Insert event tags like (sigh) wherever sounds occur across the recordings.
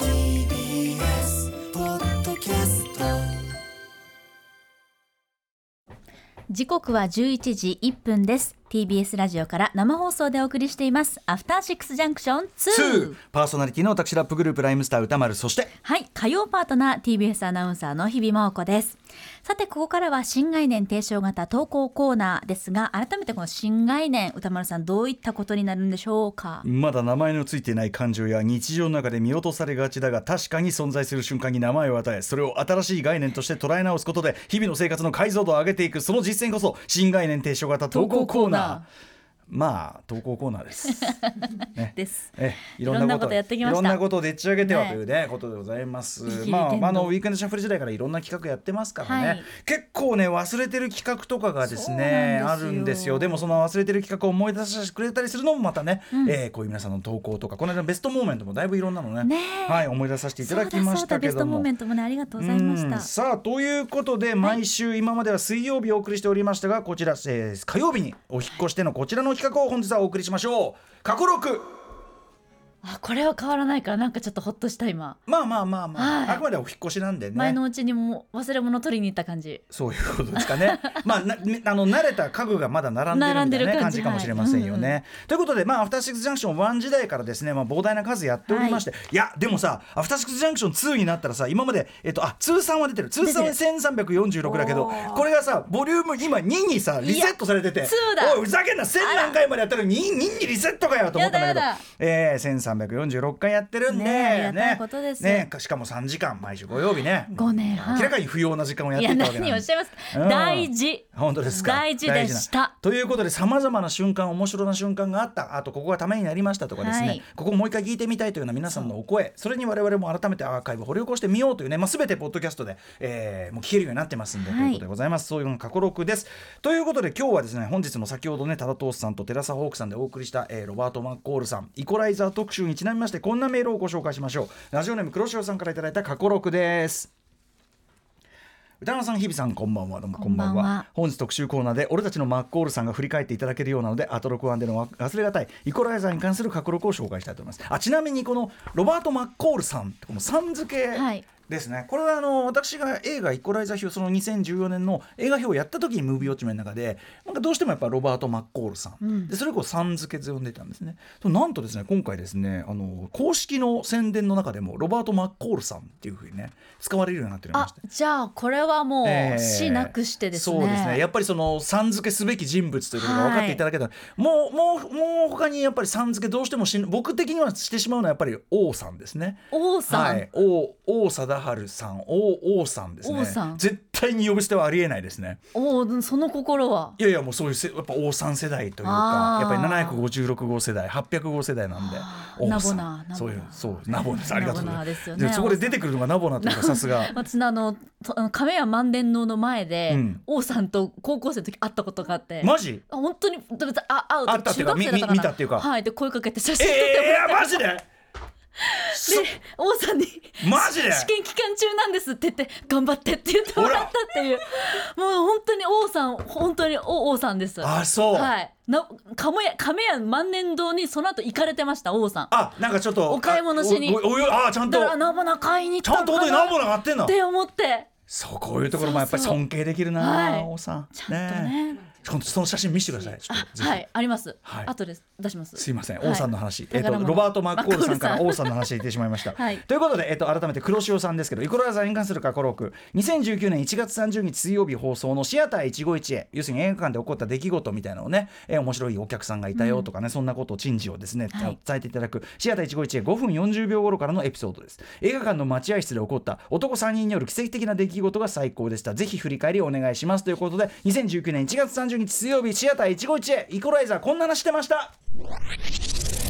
TBS ポッドキャスト時刻は11時1分です TBS ラジオから生放送でお送りしていますアフターシックスジャンクション2 2パーソナリティの私ラップグループライムスター歌丸そしてはい火曜パートナー TBS アナウンサーの日々真央子ですさてここからは新概念提唱型投稿コーナーですが改めてこの新概念歌丸さんどういったことになるんでしょうかまだ名前のついていない感情や日常の中で見落とされがちだが確かに存在する瞬間に名前を与えそれを新しい概念として捉え直すことで日々の生活の解像度を上げていくその実践こそ新概念提唱型投稿コーナーまあ投稿コーナーです。ねですええいいろんなことやってきましたいろんなことをでっち上げてはねというねことでございますギリ。ギリま天あ丼あのウィークエンドシャッフル時代からいろんな企画やってますからね。はい結構ね忘れてる企画とかがですねそうなんであすよるんですよ。でもその忘れてる企画を思い出してくれたりするのもまたね、えーこういう皆さんの投稿とかこの間のベストモーメントもだいぶいろんなのねねえはい思い出させていただきまそうだそうしだたベけストどモーもメ。ントもねありがとうございましうんたさあということで毎週今までは水曜日お送りしておりましたがこちら、えー火曜日にお引っ越してのこちらの企画を本日はお送りしましょう過去6あこれは変わらないからなんかちょっとほっとした今まあまあまあまあ、はいあくまでお引っ越しなんでね前のうちにもう忘れ物取りに行った感じそういうことですか (laughs) ね。まあ、なねあの慣れた家具がまだ並んでるみたいな、並んでるね、感感じじかもしれませんよね。はということで、まあ、アフターシックスジャンクション1時代からですね、まあ、膨大な数やっておりまして、い、や、でもさ、アフターシックスジャンクション2になったらさ、今まで、えっと、あ、通算は出てる。通算は1346だけど、これがさ、ボリューム今2にさ、リセットされてて、や2だおい、ふざけんな、1000何回までやったら 2, 2にリセットかよと思ったんだけど、やだやだえー、1346回やってるんで、ねえありがたいねことですねしかも3時間、毎週土曜日ね。 5年半明らかに不要な時間をやっいてやいたわけなん何をおでっすしゃいますか、うん大事本当ですか大事でし大なたということでさまざまな瞬間面白な瞬間があったあとここがためになりましたとかですね、はいここもう一回聞いてみたいというような皆さんのお声それに我々も改めてアーカイブを掘り起こしてみようというね、まあ、全てポッドキャストで、えーもう聞けるようになってますんで、はいということでございますそういうの過去録ですということで今日はですね本日も先ほどねタダトースさんとテラサホークさんでお送りした、えーロバート・マッコールさんイコライザー特集にちなみましてこんなメールをご紹介しましょうラジオネーム黒潮さんからいただいた過去録です歌川さん日比さんこんばんはどうもこんばこんんばんはは本日特集コーナーで俺たちのマックオールさんが振り返っていただけるようなのでアトロクワンでの忘れがたいイコライザーに関する過去録を紹介したいと思いますあちなみにこのロバート・マッコールさんこのさん付け、はいですねこれはあの私が映画「イコライザー表」その2014年の映画表をやった時にムービーウォッチメンの中でなんかどうしてもやっぱロバート・マッコールさん、でそれをこうさん付けで呼んでたんですねとなんとですね今回ですねあの公式の宣伝の中でもロバート・マッコールさんっていうふうにね使われるようになっておりまあしてじゃあこれはもえうー死なくしてですね,、そうですねやっぱりそのさん付けすべき人物ということが分かっていただけたら、もうもうもう他にやっぱりさん付けどうしてもし僕的にはしてしまうのはやっぱり王さんですね。王さん、はい、王王貞治さん王王さんですね王さん絶対に呼び捨てはありえないですね王その心はいやいやもうそういうせやっぱ王さん世代というあかーやっぱり756号世代800号世代なんであー王さんナボナーナボナーそういうそうナボナーありがとナうございボナまーですすよねでそこで出てくるのがナボナーというかさす (laughs) が私のあのとあの亀屋万電能の前で、うん王さんと高校生の時会ったことがあって、マジあ本当にだ別にあ会う会ったってい中うか学生だったかなみ見たっていうかはいで声かけて写え真撮ってもえらっー、マジでて、で王さんにマジで試験期間中なんですって言って頑張ってって言ってもらったっていうもう本当に王さん本当に王王さんですあそう、はいな亀屋亀屋万年堂にその後行かれてました王さんあなんかちょっとお買い物しにあおおおあーちゃんとだからナボナ買いに行ちっゃたんのと本当かになナボナーがってんっのて思ってそうこういうところもやっぱりそうそう尊敬できるな、はい王さんちゃんとね今度その写真見せてください。ちょっとぜひはいあります、はい後で出しますすいません、はい王さんの話、えっ、宝と、物ロバート・マッコールさんからマッコー王ルさんの話言ってしまいました。 (laughs) はいということで、えっ、と、改めて黒潮さんですけど、イコライザーに関する過去録。2019年1月30日水曜日放送のシアター151へ、要するに映画館で起こった出来事みたいなのをね、えー面白いお客さんがいたよとかね、そんなことを陳事をですね、はい伝えていただく、シアター151へ5分40秒頃からのエピソードです。映画館の待合室で起こった男3人による奇跡的な出来事が最高でした。ぜひ振り返りお願いしますということで、2019年1月30日水曜日、シアター151へ、イコライザーこんな話してました。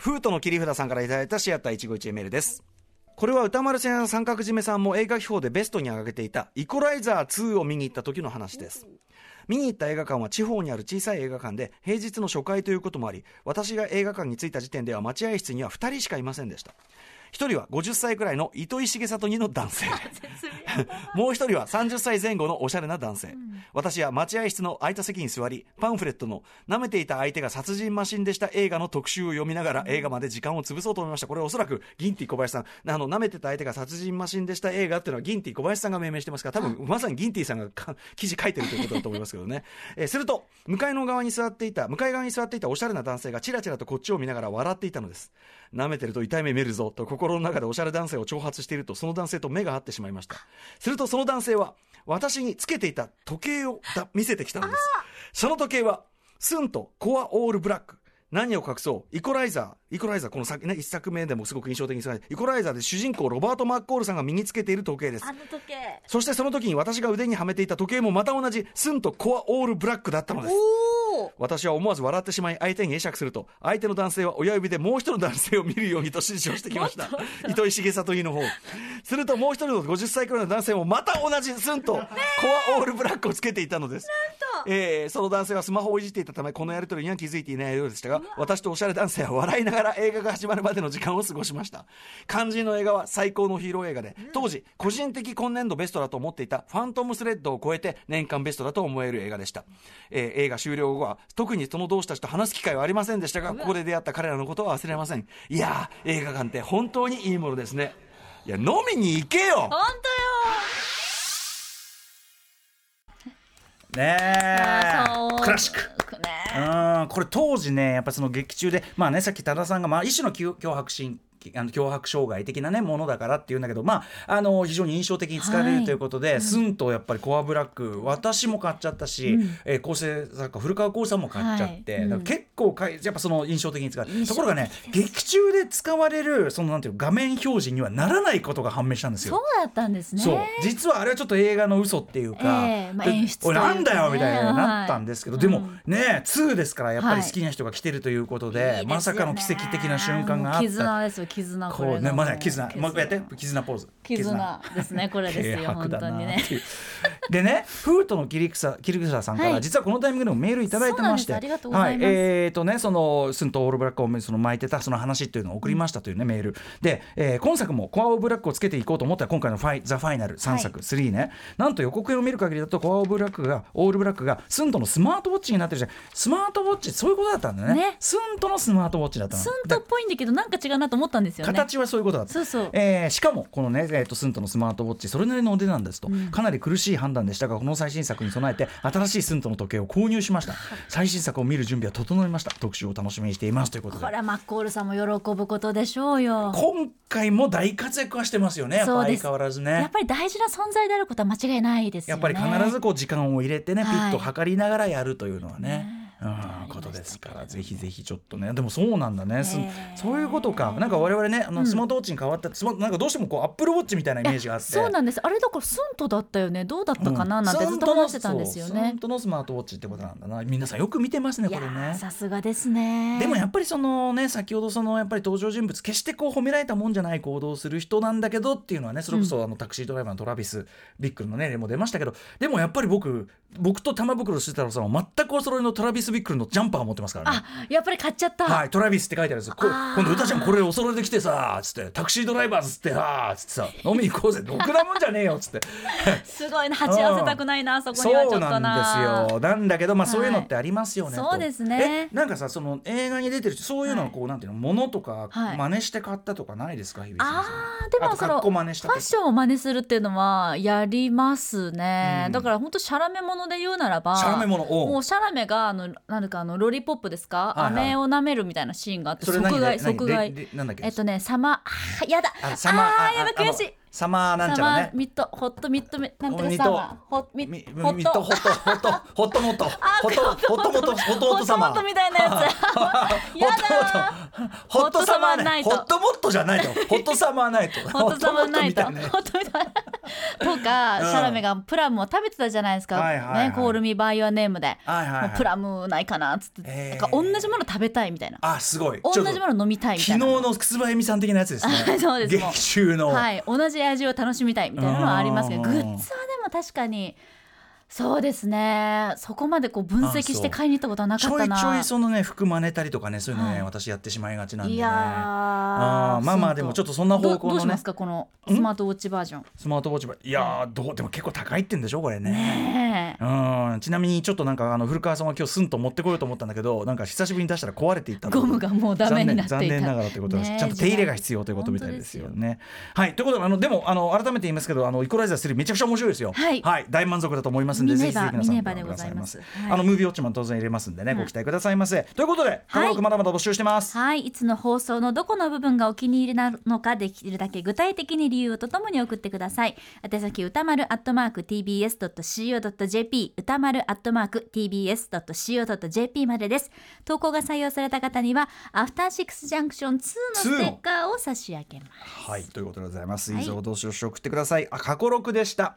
フートの切り札さんからいただいたシアター151メールです。これは歌丸さん、三角締めさんも映画秘宝でベストに挙げていたイコライザー2を見に行った時の話です。見に行った映画館は地方にある小さい映画館で平日の初回ということもあり、私が映画館に着いた時点では待合室には2人しかいませんでした。1人は50歳くらいの糸井重里似の男性。もう一人は30歳前後のおしゃれな男性。私は待合室の空いた席に座り、パンフレットの舐めていた相手が殺人マシンでした映画の特集を読みながら映画まで時間を潰そうと思いました。これおそらくギンティ小林さん、あの、舐めてた相手が殺人マシンでした映画っていうのはギンティ小林さんが命名してますから、多分まさにギンティさんがか (laughs) 記事書いてるということだと思いますけどね。えーすると、向かいの側に座っていた、向かい側に座っていたおしゃれな男性がチラチラとこっちを見ながら笑っていたのです。舐めてると痛い目見るぞと心の中でおしゃれ男性を挑発しているとその男性と目が合ってしまいましたするとその男性は私につけていた時計をだ見せてきたのですその時計はスンとコアオールブラック何を隠そうイコライザーイコライザーこの先ね一作目でもすごく印象的にイコライザーで主人公ロバート・マッコールさんが身につけている時計ですあの時計そしてその時に私が腕にはめていた時計もまた同じスンとコアオールブラックだったのです私は思わず笑ってしまい相手に会釈すると相手の男性は親指でもう一人の男性を見るようにと指示をしてきました糸井重里犬の方するともう一人の50歳くらいの男性もまた同じスンとコアオールブラックをつけていたのですえーその男性はスマホをいじっていたためこのやり取りには気づいていないようでしたが私とおしゃれ男性は笑いながら映画が始まるまでの時間を過ごしました肝心の映画は最高のヒーロー映画で当時個人的今年度ベストだと思っていた「ファントムスレッド」を超えて年間ベストだと思える映画でした、えー映画終了後は特にその同志たちと話す機会はありませんでしたがここで出会った彼らのことは忘れませんいやー映画館って本当にいいものですねいや飲みに行けよ本ねあそうえクラシック当よねうんこれ当時ねやっぱその劇中でまあねさっき多田さんが、まあ、一種のきゅ脅迫心あの脅迫障害的な、ね、ものだからっていうんだけど、まあ、あの非常に印象的に使われはいるということで、スンとやっぱりコアブラック私も買っちゃったし、えー構成作家古川光さんも買っちゃって、はいうんだから結構かいやっぱその印象的に使われ印る象ところがね劇中で使われるそのなんていうの画面表示にはならないことが判明したんですよそう。だったんですねそう実はあれはちょっと映画の嘘っていうか、ええまあで演出とおいいうかねなんだよみたいになったんですけど、はいでうもんね2ですからやっぱりはい好きな人が来てるということで,、いいですよねまさかの奇跡的な瞬間があっもうた絆ですよ絆これこうねがまだもう絆もうやって絆ポーズ絆ですねこれです (laughs) よ本当にねっていうでね、フートのキリクサ、キリクサさんから、はい実はこのタイミングでもメールいただいてまして。そうなんですありがとうございますはえっ、とね、そのスンとオールブラックをその巻いてたその話っていうのを送りましたというね、メール。で、えー今作もコアオールブラックをつけていこうと思ったら今回のファイザファイナル三作、スリーね。なんと予告編を見る限りだとコアオールブラックがオールブラックがスンとのスマートウォッチになってるじゃん。スマートウォッチそういうことだったんだよね。ねスンとのスマートウォッチだったの。スンとっぽいんだけどなんか違うなと思ったんですよね形はそういうことだったそうそうえーしかもこのね、えー、とスントのスマートウォッチそれなりのお値段ですと、かなり苦しい判断でしたがこの最新作に備えて新しいスントの時計を購入し (laughs) ました最新作を見る準備は整いました特集を楽しみにしていますということこれではマッコールさんも喜ぶことでしょうよ今回も大活躍はしてますよねやっぱそうで相す変わらずやねっぱり大事な存在であることは間違いないですやよっねぱり必ずこう時間を入れてね、はいピッと測りながらやるというのはね。うん、ことですからぜひぜひちょっとねでもそうなんだね、すそういうことかなんか我々ねあのスマートウォッチに変わった、スマなんかどうしてもこうアップルウォッチみたいなイメージがあってそうなんですあれだからスンとだったよねどうだったかななんてずっと話してたんですよね本、当のスマートウォッチってことなんだな皆さんよく見てますねいこやれーねさすがですねでもやっぱりそのね先ほどそのやっぱり登場人物決してこう褒められたもんじゃない行動をする人なんだけどっていうのはねそれこそあのタクシードライバーのトラビス・ビックルのね例も出ましたけどでもやっぱり僕僕と玉袋慎太郎さんは全くお揃いのトラビス・ビックルのジャンパーを持ってますからねあ。やっぱり買っちゃった、はい、トラビスって書いてあるんですよ。こ今度、歌ちゃんこれお揃いで来てさ、つって、タクシードライバーズってさ、つってさ、飲みに行こうぜ、ろくなもんじゃねえよ、つって。すごいな鉢合わせたくないな、そこにはちょっそとうななんですよなんだけどまあはいそういうのってありますよね、とそうですねえなんかさその映画に出てるそういうのをこう、なんていうのものとかはい真似して買ったとかないですか、日比さんあーであもとそ格の好フ真ァ似したとかッションを真似するっていうのはやりますね、だから本当シャラメもので言うならばシャラメものおうもうシャラメがあのなんかあのロリポップですか、はいはい飴を舐めるみたいなシーンがあってそれ即何買い何即買レいレなんだっけえっとねサマーあーやだああサマーーやばいああの悔しいサマーなんちサゃマらーねミッドホットミッドメなんとかミッサドマーホットミみッみホミッットトホットホットホットモッ (laughs) トホットホットモットホットモットサマーホットモットみたいなやつやだーホットサマホットサマーーナねイホトットモットじゃないとホットサマーナイト (laughs) ホットサマーナイト。ホットモットみたいなねホットみたいなとか、シャラメがプラムを食べてたじゃないですか、はいはいはいね、コールミバイオネームで、はいはいはいもうプラムないかなっつって、えーなんか同じもの食べたいみたいなあすごい同ちょっじともの飲みたいみ昨た日いなのくすばえみさん的なやつですね (laughs) そうですもう劇中の、はい、同じ味を楽しみたいみたいなのはありますけどうグんッズはでも確かにそうですねそこまでこう分析して買いに行ったことはなちかっょたいなちょいそのね服真似たりとかねそういうのね、はい私やってしまいがちなんで、ね、いやーあーまあまあでもちょっとそんな方どど向うのしまねすかこのスマートウォッチバージョンスマートウォッチはいやーどうでも結構高いってんでしょこれねねえうんちなみにちょっとなんかあの古川さんは今日スンと持ってこようと思ったんだけどなんか久しぶりに出したら壊れていったとゴムがもうダメになっていた残念残念ながらということです、ねえちゃんと手入れが必要ということみたいですよねはいということであのでもあの改めて言いますけどあのイコライザー3めちゃくちゃ面白いですよはい大満足だと思いますんでミぜネひぜバひ皆さんミネごバ覧でくごだざさいいまますせはいあのムービーウォッチマン当然入れますんでね、ご期待くださいませということでカバークまだまだ募集してます、はいいつの放送のどこの部分がお気に入りなのかできるだけ具体的に理由をとともに送ってください宛先歌丸 @tbs.co.jp 歌丸 @tbs.co.jp までです投稿が採用された方にはアフターシックスジャンクション2のステッカーを差し上げますはいということでございますはい以上どうしようし送ってくださいあ過去6でした